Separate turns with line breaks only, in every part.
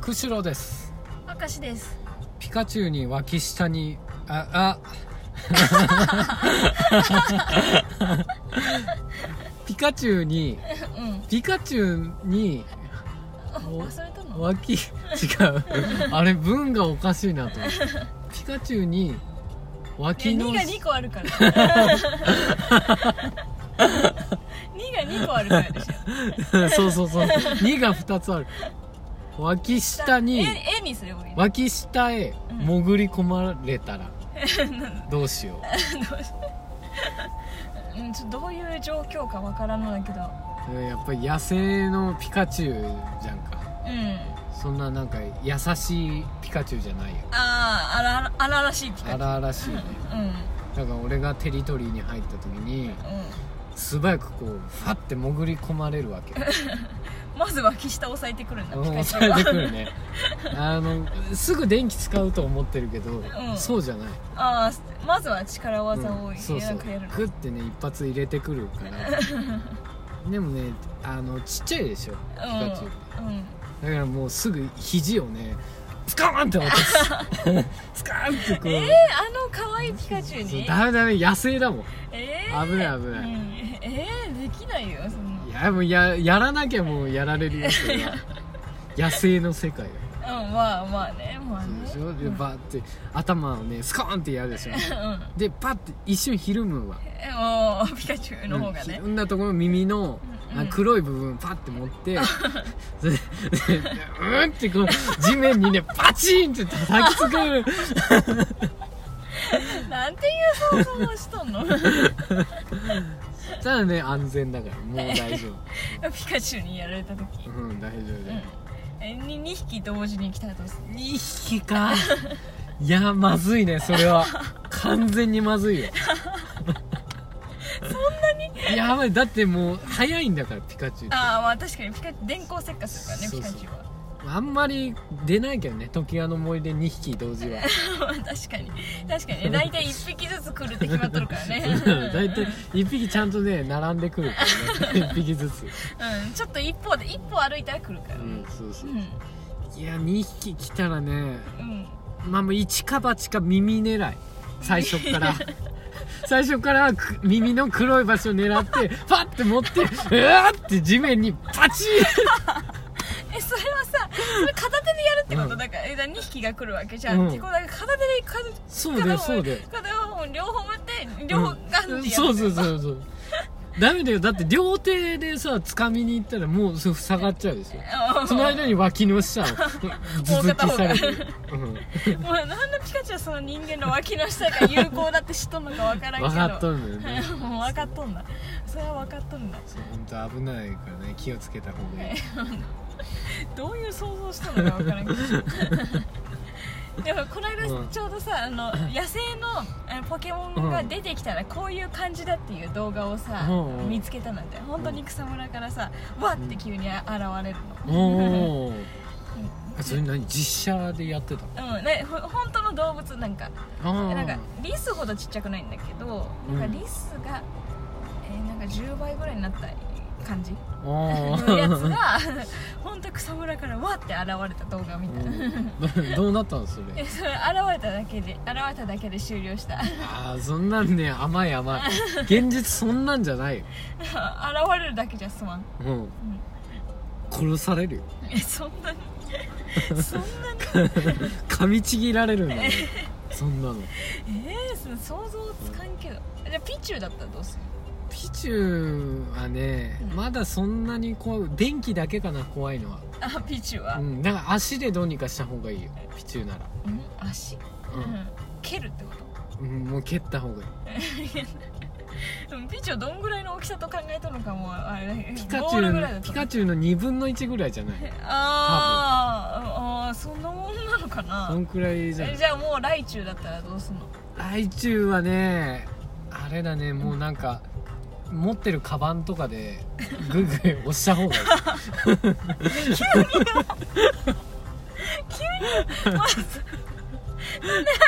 釧路です
明石です
ピカチュウに脇下に ああピカチュウに
うん
ピカチュウにお
忘れたの
脇違うあれ文がおかしいなと思ってピカチュウに
い
脇
や
の
2が2個あ るから2が2個あるからでしょ
そうそうそう2が2つある脇下に
え絵にすればいいね
脇下へ潜り込まれたらどうしよ
うんちょっとどういう状況かわからんのだけど
うやっぱり野生のピカチュウじゃんか
うん
そんななんか優しいピカチュウじゃないよ
あーあらあららしいピカチュウ
荒々しいね
うんうん
だから俺がテリトリーに入った時に素早くこうファッて潜り込まれるわけ
まず脇下押さえてくるんだピカチ
抑え
ュウは
てくるねあのすぐ電気使うと思ってるけど、
ん
そうじゃない
ああまずは力技を
うん
い
そう
や
そ
な
うん
かやるの
グッてね一発入れてくるから でもねあのちっちゃいでしょピカチュウって、
うんうん
だからもうすぐ肘をねスカーンって渡 すスカーンってこう、
えー、あの可愛いピカチュウ
そう
に
ダメダメ野生だもん
えー、
危ない危ない
うん、えー、できないよそん
いやもうややらなきゃもうやられるよそれ は野生の世界よ
なうんまあまあねまあ
そう
ね
でしょでバーって頭をねスカーンってやるでしょでパッて一瞬ひるむわ
えもうピカチュウの方が
うんひ
ね
るんだところ耳の、
うん
あ黒い部分パッて持ってそれでうんってこう地面にねパチンって叩きつ く
なんていう想像をし とんの
ただね安全だからもう大丈
ピカチュウにやられた時、
夫うん大丈夫だよ
えに2匹同時に来たとする
2匹か いやまずいねそれは完全にまずいよ そんなにやばいだってもう早いんだからピカチュウって
ああまあ確かにピカ電光石火するからね
そう
ピ
そう
カチュウは
あんまり出ないけどね時矢の森で2匹同時は
まあ確かに確かにね大体1匹ずつ来るって決まっとるか らね
大体1匹ちゃんとね並んでくるからね 1匹ずつ、
うんちょっと一歩で一歩歩いたら来るから
う
ね、
ん、そうそううん
うん
いや2匹来たらねまあもう一か八か耳狙い最初から 最初からく耳の黒い場所を狙ってパッて持ってうわーって地面にパチ
えそれはさそれ片手でやるってこと、
うん
だからえだ2匹が来るわけじゃ、
うんん
ってことだから片手で片手
そうだよ
片
そう
方
だよ
片方両方持って
ン
両方ガンってやる、
そうそうそうそうダメだよだって両手でさ掴みに行ったらもうそう塞がっちゃうでしょ
あ
その間に脇の下をうん
もう
続
片
き
方
さ
が
れてる、うん、
もうなんでピカチュウはその人間の脇の下が有効だって知っとんのかわからんけど
分かっとるんだよね
もう分かっとんだそれは分かっとんだ
そう本当危ないからね気をつけた方がいい
どういう想像したのか分からんけどでもこの間
うん
ちょうどさあの野生のあのポケモンが出てきたらこういう感じだっていう動画をさ、
うんうん
見つけたなんて本当に草むらからさわって急に現れる
お
の、
おそれ何実写でやってたの
うんね、ほ本当の動物なんか
あ
なん
ー
かリスほどちっちゃくないんだけど、
うん
なんかリスが、えーなんか10倍ぐらいになった感じ
あ
のやつ
ー
が 本当草むらからわって現れた動画を見た、
うんど どうなったのそれ
えそれ現れただけで現れただけで終了した 現
ああそんなんね甘い甘い現実そんなんじゃないよ、
れるだけじゃすまん
うん、殺されるよ
えそん なにそんなに
噛みちぎられるんだ ねそんなの
えー、そ想像つかんけどじゃあピチュウだったらどうする
ピチューはね
うん
まだそんなに怖い電気だけかな怖いのは
あピチュウは、
う
うん
んだから足でどうにかした方がいいよピチューなら
足、うん蹴るってこと
うん、うん、もう蹴った方がいい
でもピチュウどんぐらいの大きさと考えたのかもあれだけど
ピカチ
ボールぐらい
ュウ
だった
ピ
の
カチュウの2分の1ぐらいじゃ ない
あーあーそんなもんなのか
そ
なん
くらいじゃな
え
い
じゃあもうライチュウだったらどうすんの
来中はねあれだねもうなんか持ってるカバンとかでグイグイ押した方がいい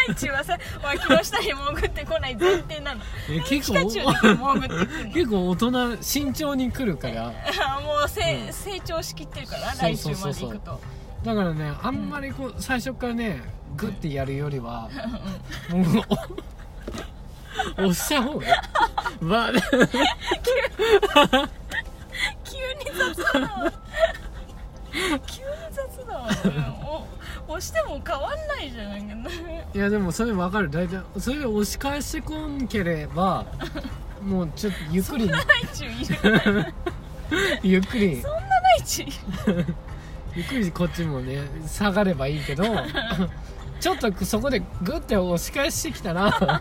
ライチュウはさ脇の下に潜ってこない前提なの
え結
ピカ
構
チュウだけ潜ってくるの
結構大人慎重に来るから
あーもうせ、
うん
成長しきってるから
そう
来
そ
週
うそ
ま
う
で
そう
行くと
だからねあんまりこう最初からねグッてやるよりはもうお押した方がいいわ
急に雑だわ急に雑だわ、お押しても変わんないじゃないかな
いやでもそれ分かる大体それを押し返してこんければもうちょっとゆっく り
大中いる
ゆっくり
そんな大中
ゆっくりこっちもね下がればいいけどちょっとそこでグッて押し返してきたら
も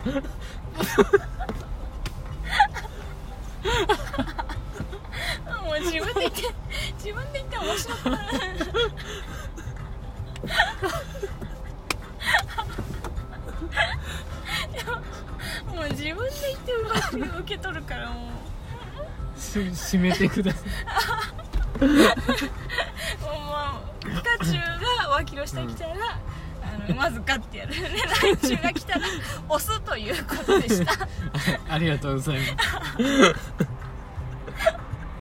う自分で言って自分で言って面白くないでももう自分で言って受け取るからもう
し締めてください
もうまあピカチュウが脇の下に来たら、あのまずガッてやるでライチュウが来たら押すということでした
ありがとうございます